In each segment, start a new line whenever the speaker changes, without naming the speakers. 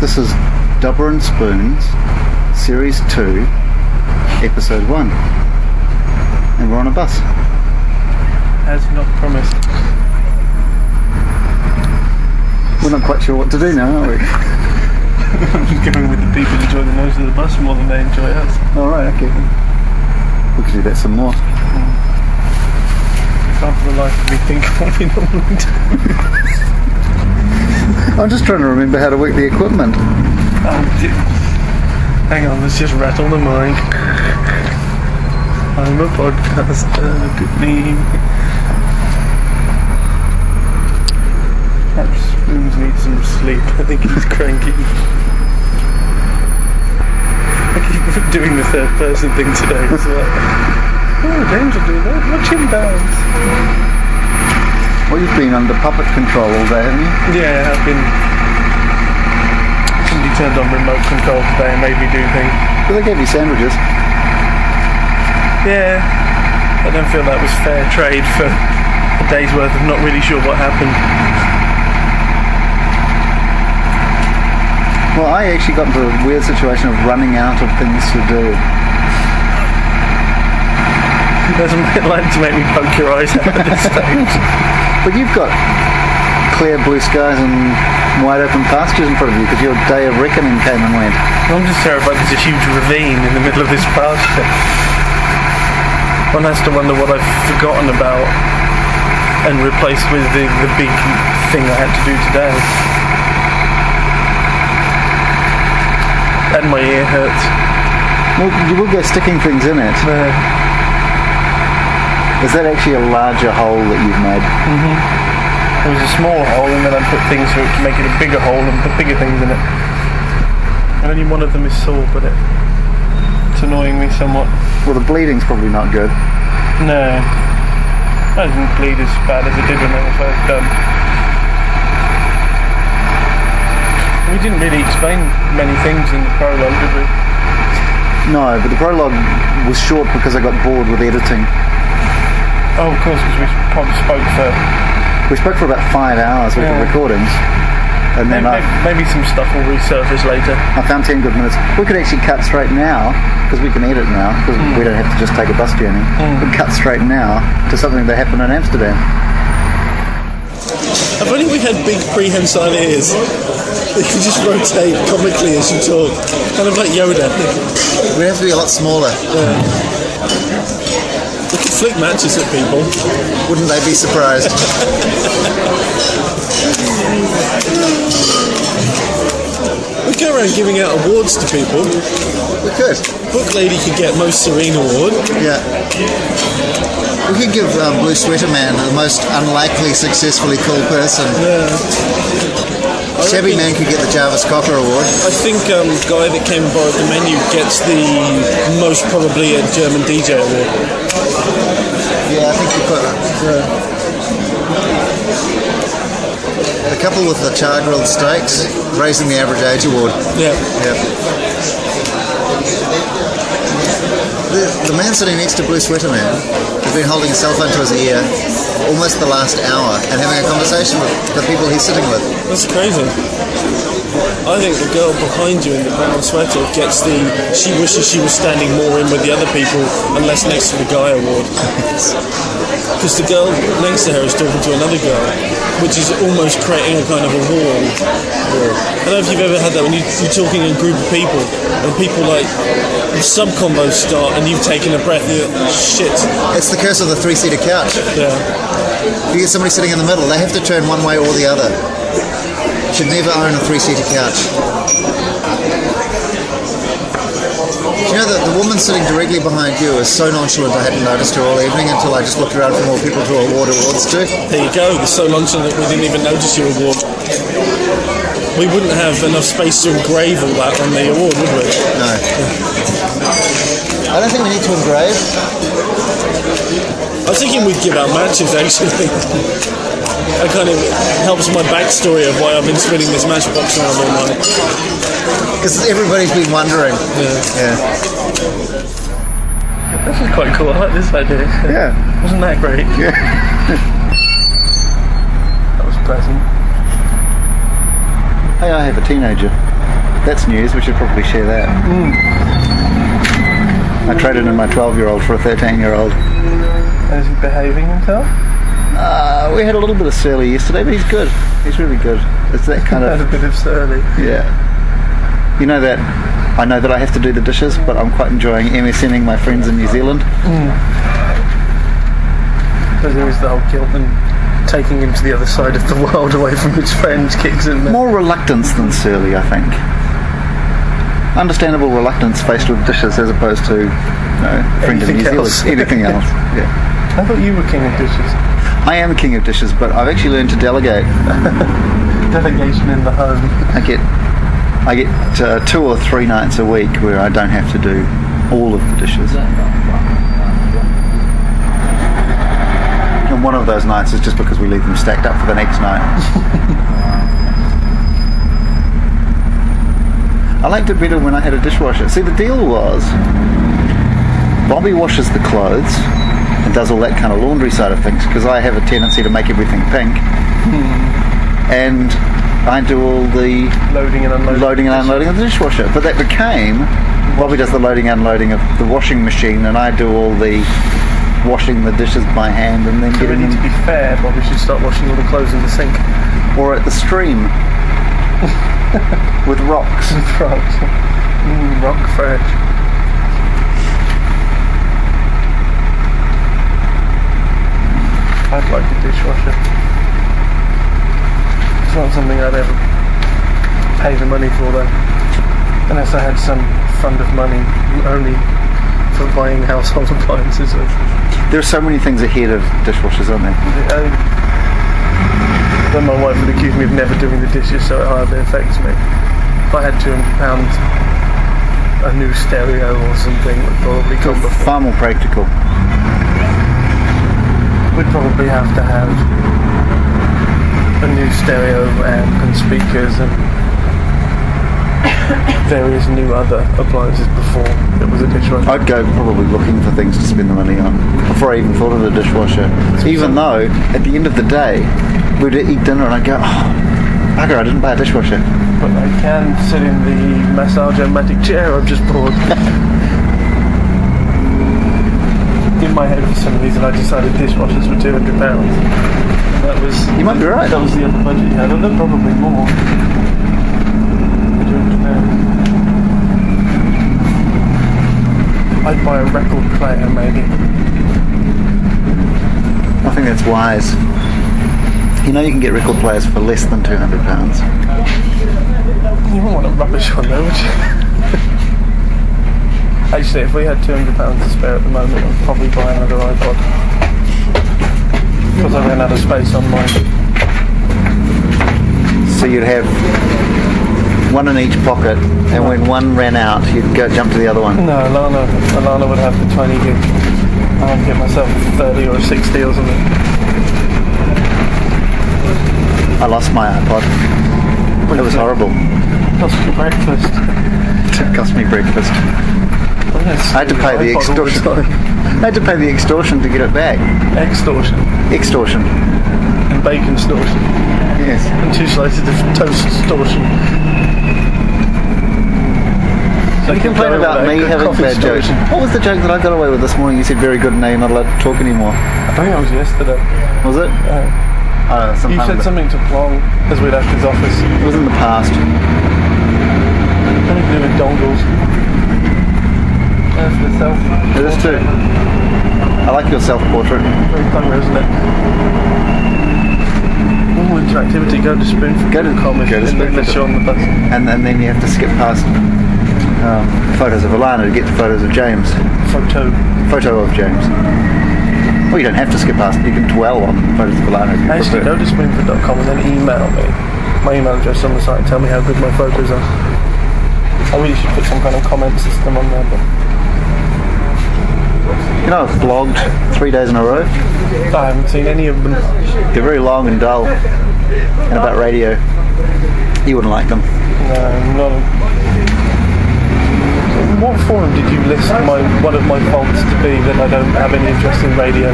This is Dubber and Spoons, Series 2, Episode 1. And we're on a bus.
As not promised.
We're not quite sure what to do now, are we?
I'm just going with the people who enjoy the noise of the bus more than they enjoy us.
Alright, okay. We could do that some more.
Can't for the life of me think of what we normally do.
I'm just trying to remember how to work the equipment.
Oh, dear. Hang on, let's just rattle the mic. I'm a podcaster, look at me. Perhaps Spoons needs some sleep. I think he's cranky. I keep doing the third person thing today as well. Oh, James will do that. Watch him bounce.
Well, you've been under puppet control all day, haven't you?
Yeah, I've been. Somebody turned on remote control today and made me do things.
Well, they gave you sandwiches.
Yeah, I don't feel that was fair trade for a day's worth of not really sure what happened.
Well, I actually got into a weird situation of running out of things to do.
There's a bit like to make me poke your eyes out at this stage.
But you've got clear blue skies and wide open pastures in front of you because your day of reckoning came and went.
I'm just terrified there's a huge ravine in the middle of this pasture. One has to wonder what I've forgotten about and replaced with the, the big thing I had to do today. And my ear hurts.
Well, you will go sticking things in it.
Uh,
Is that actually a larger hole that you've made?
Mm-hmm. It was a small hole, and then I put things through it to make it a bigger hole and put bigger things in it. And only one of them is sore, but it, it's annoying me somewhat.
Well, the bleeding's probably not good.
No, I didn't bleed as bad as it did when I was first done. We didn't really explain many things in the prologue, did we?
No, but the prologue was short because I got bored with editing.
Oh, of course, because we probably spoke for
We spoke for about five hours with
Yeah.
the recordings. And then
maybe,
I,
maybe some stuff will resurface later.
I found 10 good minutes. We could actually cut straight now, because we can edit now, because we don't have to just take a bus journey. We can cut straight now to something that happened in Amsterdam.
If only we had big prehensile ears. They could just rotate comically as you talk. Kind of like Yoda.
We have to be a lot smaller.
They could flick matches at people.
Wouldn't they be surprised?
We go around giving out awards to people.
we could.
Book Lady could get Most Serene Award.
Yeah. We could give um, Blue Sweater Man the most unlikely successfully cool person. Shabby Man could get the Jarvis Cocker Award.
I think um, guy that came and borrowed the menu gets the most probably a German DJ award.
Yeah, I think you could. The couple with the char grilled steaks, raising the average age award.
Yeah.
Yep. The, the man sitting next to Blue Sweater Man has been holding his cell phone to his ear almost the last hour and having a conversation with the people he's sitting with.
That's crazy. I think the girl behind you in the brown sweater gets the she wishes she was standing more in with the other people and less next to the guy award. Because the girl next to her is talking to another girl, which is almost creating a kind of a wall. I don't know if you've ever had that when you, you're talking to a group of people and people like sub combos start and you've taken a breath and you're like, shit.
It's the curse of the three seater couch.
Yeah.
If you get somebody sitting in the middle, they have to turn one way or the other. Should never own a three seater couch. You know that the woman sitting directly behind you is so nonchalant I hadn't noticed her all evening until I just looked around for more people to award awards to.
There you go. There's so nonchalant that we didn't even notice your award. We wouldn't have enough space to engrave all that on the award, would we?
No. I don't think we need to engrave.
I was thinking we'd give out matches actually. that kind of helps my backstory of why I've been spinning this matchbox around all night.
Because everybody's been wondering.
Yeah.
Yeah.
This is quite cool. I like this idea.
Yeah.
Wasn't that great?
Yeah.
That was pleasant.
Hey, I have a teenager. That's news. We should probably share that.
Mm.
I traded in my 12 year old for a 13 year old.
Is he behaving himself?
Uh, we had a little bit of surly yesterday, but he's good. He's really good. It's that kind
Had
of.
a bit of surly.
Yeah. You know that I know that I have to do the dishes, but I'm quite enjoying MSNing my friends in New Zealand.
But there is the whole guilt and taking him to the other side of the world away from his friends kicks in there.
More reluctance than surly, I think. Understandable reluctance faced with dishes as opposed to, you know, friend in
Anything
New
else.
Zealand. Anything else. Yeah.
I thought you were king of dishes.
I am king of dishes, but I've actually learned to delegate.
Delegation in the home.
I get, I get uh, two or three nights a week where I don't have to do all of the dishes. And one of those nights is just because we leave them stacked up for the next night. I liked it better when I had a dishwasher. See, the deal was Bobby washes the clothes and does all that kind of laundry side of things because I have a tendency to make everything pink. And I do all the
Loading and unloading.
loading and unloading of the dishwasher. But that became Bobby does the loading and unloading of the washing machine, and I do all the washing the dishes by hand and then
So we
getting
need
them
to be fair, Bob. We should start washing all the clothes in the sink.
or at the stream with rocks.
Frogs. Mm, rock fresh. I'd like a dishwasher. It's not something I'd ever pay the money for though. Unless I had some fund of money only for buying household appliances. Or,
There are so many things ahead of dishwashers, aren't there?
uh, then my wife would accuse me of never doing the dishes, so it hardly affects me. If I had to impound a new stereo or something, would probably come before.
Far more practical.
We'd probably have to have a new stereo amp and speakers and various new other appliances before it was a dishwasher.
I'd go probably looking for things to spend the money on before I even thought of the dishwasher. Even though at the end of the day we'd eat dinner and I'd go, oh, bugger, I didn't buy a dishwasher.
But I can sit in the massage matic chair I've just bought. in my head for some reason I decided dishwashers were two hundred pounds. That was
You might be right.
That was the other budget you had, and then probably more. £200. I'd buy a record player maybe.
I think that's wise. You know you can get record players for less than two hundred pounds.
You wouldn't want a rubbish one though, would you? Actually, if we had two hundred pounds to spare at the moment, I'd probably buy another iPod because I ran out of space on mine.
So you'd have one in each pocket, and when one ran out, you'd go jump to the other one.
No, Alana, Alana would have the twenty gig. I'd get myself a thirty or a sixty or something.
I lost my iPod. It was horrible.
Cost you breakfast.
It cost me breakfast. I had to pay the extortion. I had to pay the extortion to get it back.
Extortion
Extortion.
and bacon extortion
Yes.
and two slices of toast extortion. So
You complain about me having bad jokes. What was the joke that I got away with this morning? You said very good, and now you're not allowed to talk anymore.
I think that was yesterday.
Was it?
Uh,
Uh,
you said something to Plong as we left his office.
It was in the past.
Something to do with dongles. That's the self.
It is too. I like your self-portrait.
Very clever, isn't it? All interactivity. Go to Spoonful.
Go to-
Comic.
go to
and
Spoonful.
then let you on the bus.
and, and then you have to skip past um, photos of Alana to get to photos of James.
Photo.
Photo of James. Well, you don't have to skip past. You can dwell on photos of Alana if you
Actually,
prefer.
go to spoonful.com and then email me. My email address on the site. Tell me how good my photos are. I really should put some kind of comment system on there, but
You know, I've blogged three days in a row.
I haven't seen any of them.
They're very long and dull, and about radio. You wouldn't like them.
No, not. In Um, what form did you list my one of my faults to be that I don't have any interest in radio?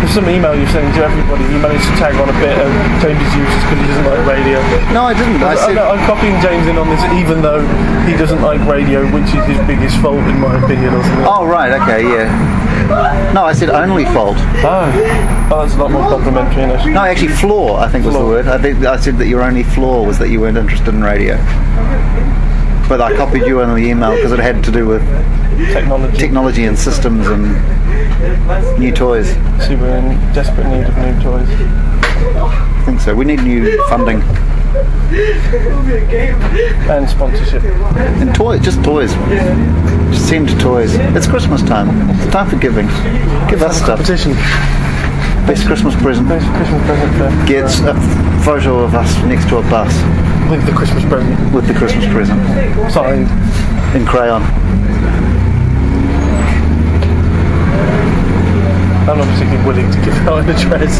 There's some email you're sending to everybody. You managed to tag on a bit of James's uses because he doesn't like radio.
No, I didn't. I
I
said,
know, I'm copying James in on this, even though he doesn't like radio, which is his biggest fault, in my opinion, or something.
oh, right, okay, yeah. No, I said only fault.
Oh, oh that's a lot more complimentary. and I should-
No, actually, flaw, I think was the
Flaw.
word. I, think I said that your only flaw was that you weren't interested in radio. But I copied you in the email because it had to do with
Technology.
technology and systems and new toys.
See, we're in um, desperate need of new toys.
I think so. We need new funding.
And sponsorship.
And toy, just toys. Just send toys. It's Christmas time. It's time for giving. Give us stuff.
Petition.
Best Christmas present
There's a Christmas present there.
gets a photo of us next to a bus
With the Christmas present.
with the Christmas present
Signed.
in crayon.
I'm not particularly willing to give out an address.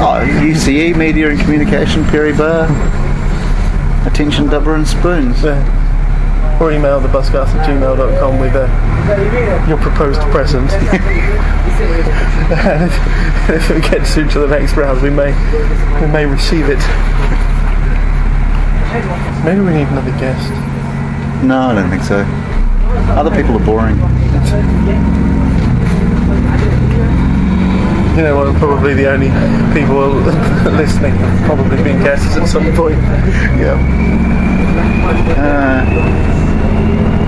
Oh, UCE Media and Communication, Perry Bar. Attention, Dubber and Spoons.
There. Or email the buscast at gmail.com with uh, your proposed present. and if, if it gets through to the next round, we may we may receive it. Maybe we need another guest.
No, I don't think so. Other people are boring.
You know, well, probably the only people listening have probably been guests at some point.
Yeah. Uh,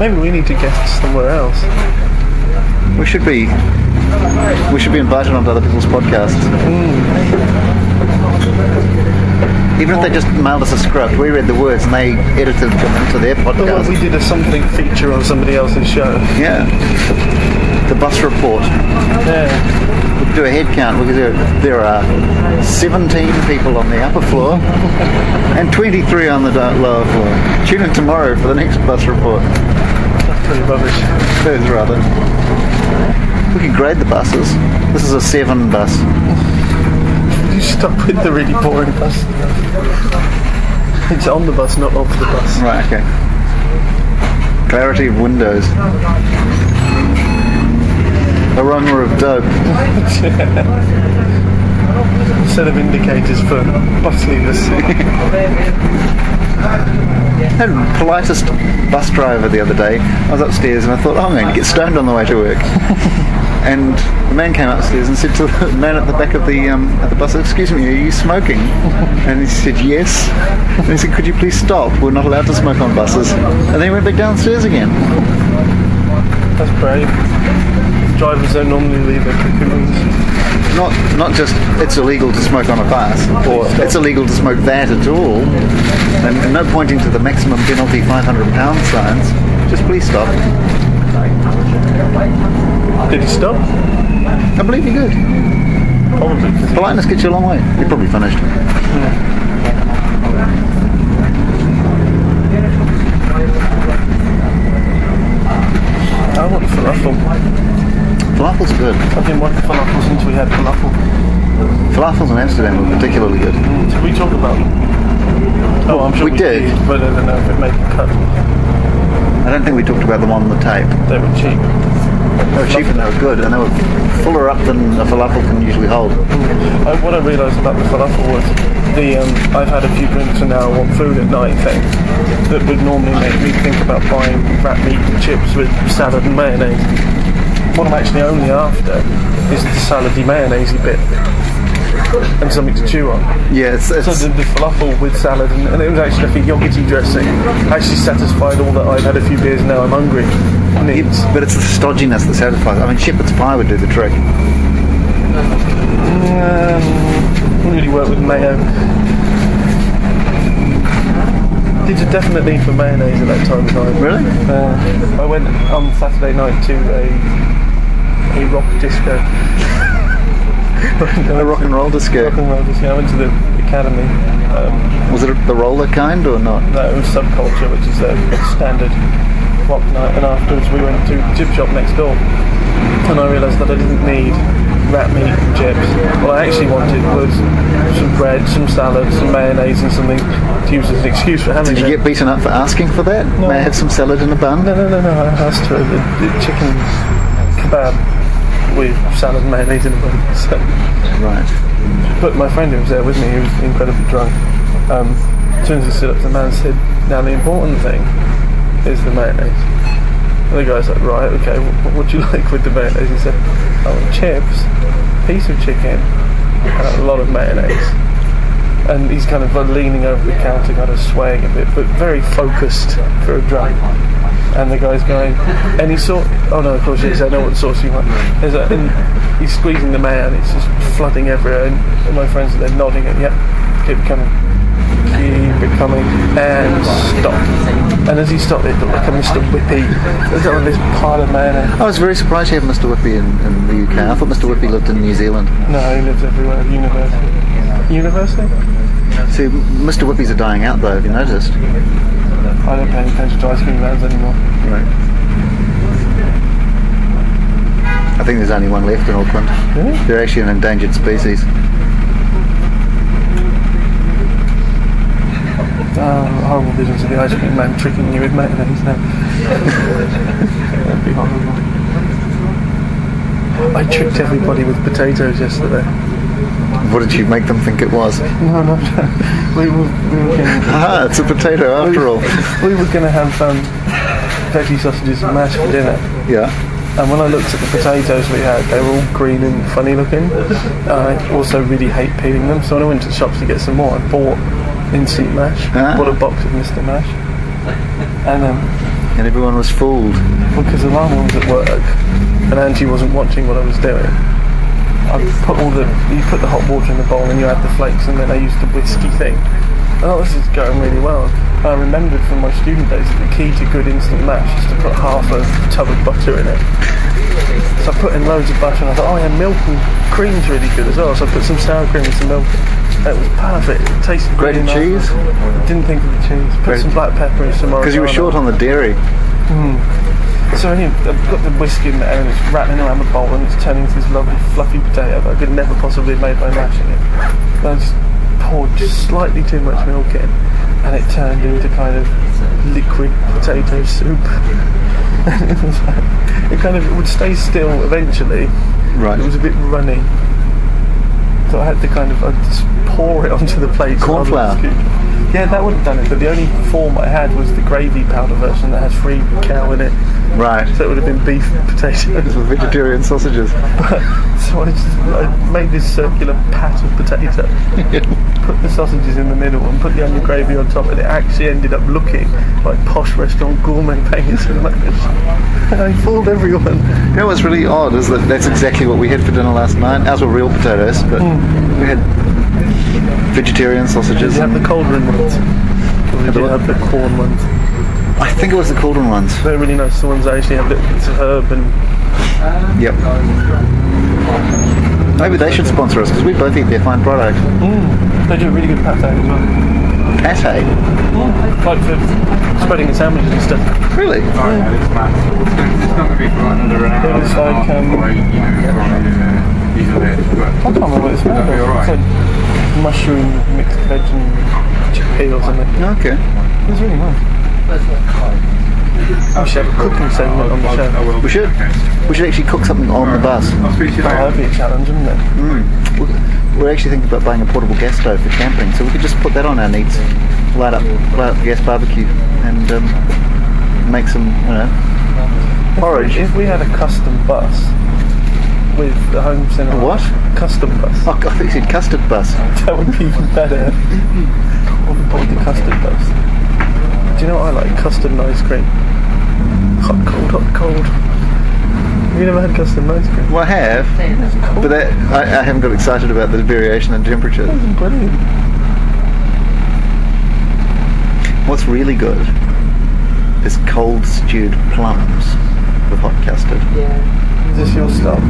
Maybe we need to guest somewhere else.
we should be. We should be invited onto other people's podcasts. Hmm. Even if they just mailed us a script, we read the words and they edited them into their
But well,
podcast.
we did a something feature on somebody else's show.
Yeah. The bus report.
Yeah.
We could do a head count because there, there are 17 people on the upper floor and 23 on the da- lower floor. Tune in tomorrow for the next bus report.
That's pretty rubbish.
That's rather. We could grade the buses. This is a seven bus.
You stop with the really boring bus. It's on the bus, not off the bus.
Right, okay. Clarity of windows. Aroma of dope.
Instead of indicators for bus leavers.
I had the politest bus driver the other day. I was upstairs and I thought, oh, I'm going to get stoned on the way to work. and the man came upstairs and said to the man at the back of the um, at the bus, excuse me, are you smoking? and he said, yes. And he said, could you please stop? We're not allowed to smoke on buses. And then he went back downstairs again.
That's brave. Drivers don't normally leave their cocoons.
Not not just it's illegal to smoke on a bus, or it's illegal to smoke that at all. And, and no pointing to the maximum penalty 500 pound signs. Just please stop.
Did he stop?
I believe you could.
Probably.
Politeness gets you a long way. You're probably finished.
I want falafel.
Falafel's are good.
I've been wanting falafel since we had falafel. Mm.
Falafels in Amsterdam were particularly good.
Did we talk about them? Oh, I'm sure
We
we,
did.
but I don't know if it made the cut.
I don't think we talked about them on the tape.
They were cheap.
They were cheap and they were good, and they were fuller up than a falafel can usually hold.
I, what I realised about the falafel was the um, I've had a few drinks and now I want food at night thing that would normally make me think about buying rat meat and chips with salad and mayonnaise. What I'm actually only after is the salady mayonnaisey bit and something to chew on.
Yeah, it's,
So
it's
the, the falafel with salad and, and it was actually like a yogurty dressing actually satisfied all that I've had a few beers and now I'm hungry. Needs.
but it's the stodginess that satisfies. I mean, shepherd's pie would do the trick.
Um, wouldn't really work with mayo. Did a definite need for mayonnaise at that time of night.
Really?
Uh, I went on Saturday night to a a rock disco.
A rock and roll disco.
Rock and roll disco. I went to the academy. Um,
Was it the roller kind or not?
that was subculture, which is a standard rock night. And afterwards, we went to chip shop next door, and I realised that I didn't need rat meat and chips. Well, I actually wanted was some bread, some salad, some mayonnaise, and something to use as an excuse for having
Did you
it.
get beaten up for asking for that? May I have some salad in a bun?
No, no, no, no. I asked for the, the chicken kebab with salad, mayonnaise, and a bun. So.
Right.
But my friend who was there with me, he was incredibly drunk. Um, as soon as he stood up, the man said, "Now the important thing is the mayonnaise." And the guy's like, "Right, okay. What would you like with the mayonnaise?" He said, "I want chips, piece of chicken, and a lot of mayonnaise." And he's kind of like leaning over the counter, kind of swaying a bit, but very focused for a drunk. And the guy's going, any sauce? Oh no, of course he is. I know what sauce you want. He's, like, and he's squeezing the man. It's just flooding everywhere. And, and my friends are there nodding at, yep, keep it coming, keep it coming, and stop. And as he stopped, it looked like a Mr. Whippy. There's all this pile of mayonnaise.
I was very surprised you have Mr. Whippy in, in the UK. I thought Mr. Whippy lived in New Zealand.
No, he lives everywhere. University. University?
See, Mr. Whippies are dying out though, have you noticed?
I don't pay any attention to ice cream vans anymore.
Right. I think there's only one left in Auckland.
Really?
They're actually an endangered species.
Oh, horrible visions of the ice cream man tricking you with mayonnaise now. That'd be horrible. I tricked everybody with potatoes yesterday.
What did you make them think it was?
No, no, no. We were, we were gonna,
Ah, it's a potato after all.
we were gonna have um, veggie sausages and mash for dinner.
Yeah.
And when I looked at the potatoes we had, they were all green and funny looking. And I also really hate peeling them, so when I went to the shops to get some more, I bought instant mash.
Ah.
Bought a box of Mr. Mash. And um,
And everyone was fooled.
because Alana was at work and Angie wasn't watching what I was doing. I put all the you put the hot water in the bowl and you add the flakes and then I used the whiskey thing. I thought this is going really well. And I remembered from my student days that the key to good instant mash is to put half a tub of butter in it. So I put in loads of butter and I thought, oh yeah, milk and cream's really good as well. So I put some sour cream and some milk. It was perfect. It tasted
Grated
really nice.
cheese?
Didn't think of the cheese. Put
Grated-
some black pepper and some oregano.
Because you were short on the dairy.
So anyway, I've got the whiskey in there and it's rattling around the bowl and it's turning into this lovely fluffy potato that I could never possibly have made by mashing it. And I just poured just slightly too much milk in and it turned into kind of liquid potato soup. it, was like- it kind of it would stay still eventually.
Right.
It was a bit runny. So I had to kind of I'd just pour it onto the plate. so
Corn
I'd
flour.
scoop. Yeah, that would have done it, but the only form I had was the gravy powder version that has free cow in it.
Right.
So it would have been beef and potatoes.
With vegetarian sausages.
So I, just, I made this circular pat of potato, put the sausages in the middle, and put the onion gravy on top, and it actually ended up looking like posh restaurant gourmet bangers and matters. And I fooled everyone.
You know what's really odd is that that's exactly what we had for dinner last night. Ours were real potatoes, but we had vegetarian sausages.
Hmm. Did you have the cauldron ones? Or did you have the corn ones?
I think it was the Cauldron ones.
They're really nice. The ones that actually have little bits of herb and
Yep. Maybe they should sponsor us because we both eat their fine product.
Mm, they do a really good pate as well.
Pate?
Like for spreading in sandwiches and stuff.
Really?
Sorry, no, it's Matt. It's not going to be for another hour.
It was like, um,
Or, you know, usually,
I can't remember what it's made of.
That'd be alright.
It's like mushroom mixed veg and chickpea or something.
Okay.
It's really nice. We should have a cooking segment on the
but I
show.
will.
We should. We should actually cook something on the bus. Mm.
I'll speak to you
Oh, that'd
later.
be a challenge, wouldn't it?
We're- We're actually thinking about buying a portable gas stove for camping, so we could just put that on our needs, light up, light up the gas barbecue, and um, make some, you know, porridge.
If we had a custom bus with the home cinema.
A what?
Custom bus.
Oh, God, I think you said custard bus.
That would be even better. Or the boy, the custard bus. Do you know what I like? Custard and ice cream. Hot, cold, hot, cold. Have you never had custard and ice cream?
Well, I have, but that I, I haven't got excited about the variation in temperature.
Brilliant.
What's really good is cold stewed plums with hot custard.
Is this your stuff?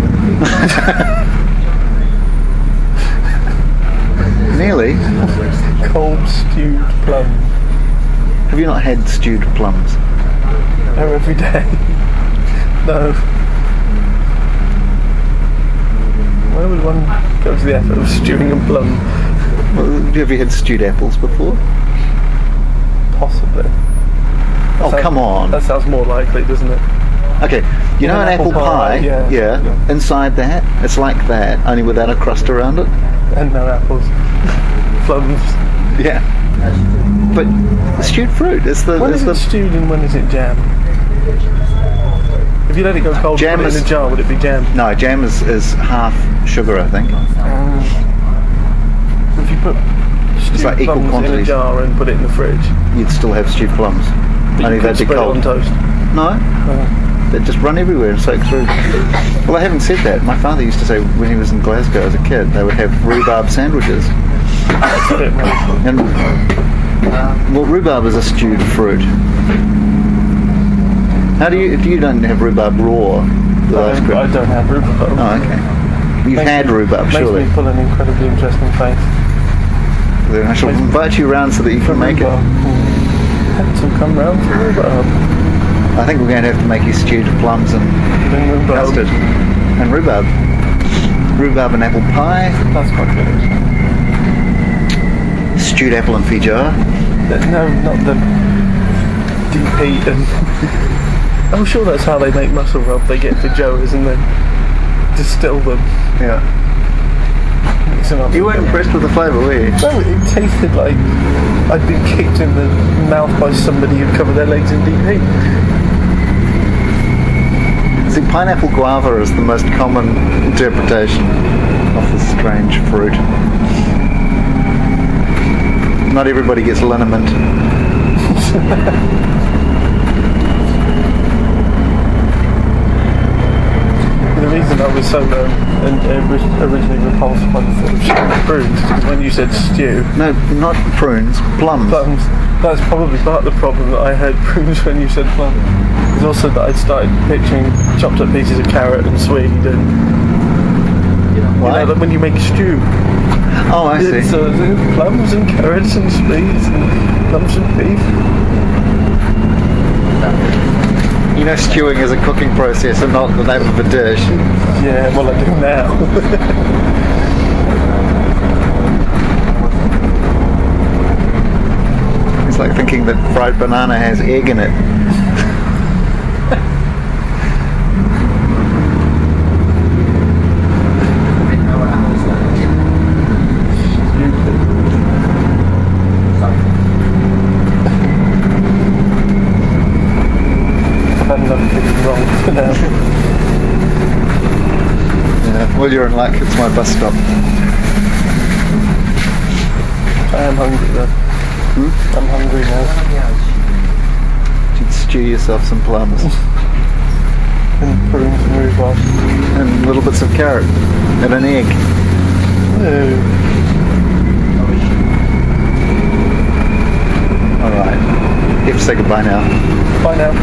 Nearly.
Cold stewed plum.
Have you not had stewed plums?
They're every day. no. Why would one go to the effort of stewing a plum?
Well, Have you had stewed apples before?
Possibly.
Oh,
That-
come on.
That sounds more likely, doesn't it?
Okay, you know
Well,
an apple, pie?
yeah.
yeah. Inside that, it's like that, only without a crust around it.
And no apples. Plums.
Yeah. But stewed fruit is the,
When
is
is it
the
stewed and when is it jam? If you let it go cold,
Jam
put it
is-
in a jar, would it be jam?
no jam is, is half sugar, I think.
If you put stewed
like equal
plums in a
quantities.
jar and put it in the fridge,
You'd still have stewed plums,
but
only
you could
they'd be
spread it
cold.
on toast.
No, they just run everywhere and soak through. Well, I haven't said that. My father used to say when he was in Glasgow as a kid, they would have rhubarb sandwiches.
That's a bit more-
And um, well, rhubarb is a stewed fruit. How do you? If you don't have rhubarb raw with
I
ice
don't-
cream?
I don't have rhubarb.
Oh, okay. You've
Makes
had
me-
rhubarb,
makes
surely.
me pull an incredibly interesting face.
Then I shall
makes me-
invite you round so that you
For
can make
rhubarb.
it.
Had to come round for rhubarb.
I think we're going to have to make you stewed plums and
Then rhubarb.
custard and rhubarb. Rhubarb and apple pie,
That's quite good.
stewed apple and feijoa.
Th- No, not the DP and... I'm sure that's how they make muscle rub. They get Joe's and then distill them.
Yeah.
Mix them up.
You weren't impressed with the flavour, were you?
No, Oh, it tasted like I'd been kicked in the mouth by somebody who'd covered their legs in DP.
See, pineapple guava is the most common interpretation of this strange fruit. Not everybody gets liniment.
The reason I was so um, and, uh, originally repulsed by the thought of stewed prunes is 'cause when you said stew,
No, not prunes, plums.
plums. That's probably part of the problem that I heard prunes when you said plum. It's also that I'd started picturing chopped up pieces of carrot and swede and you
Why?
know that when you make stew.
Oh, I see.
It's uh, plums and carrots and swedes and plums and beef.
You know, stewing is a cooking process and not the name of a dish.
Yeah, well I do now.
It's like thinking that fried banana has egg in it.
I've had enough things wrong for now.
Yeah. Well, you're in luck. It's my bus stop.
I am hungry though.
Hmm?
I'm hungry now.
You should stew yourself some plums
And prunes and rhubarb.
and little bits of carrot and an egg.
No.
All right. You have to say goodbye now.
Bye now.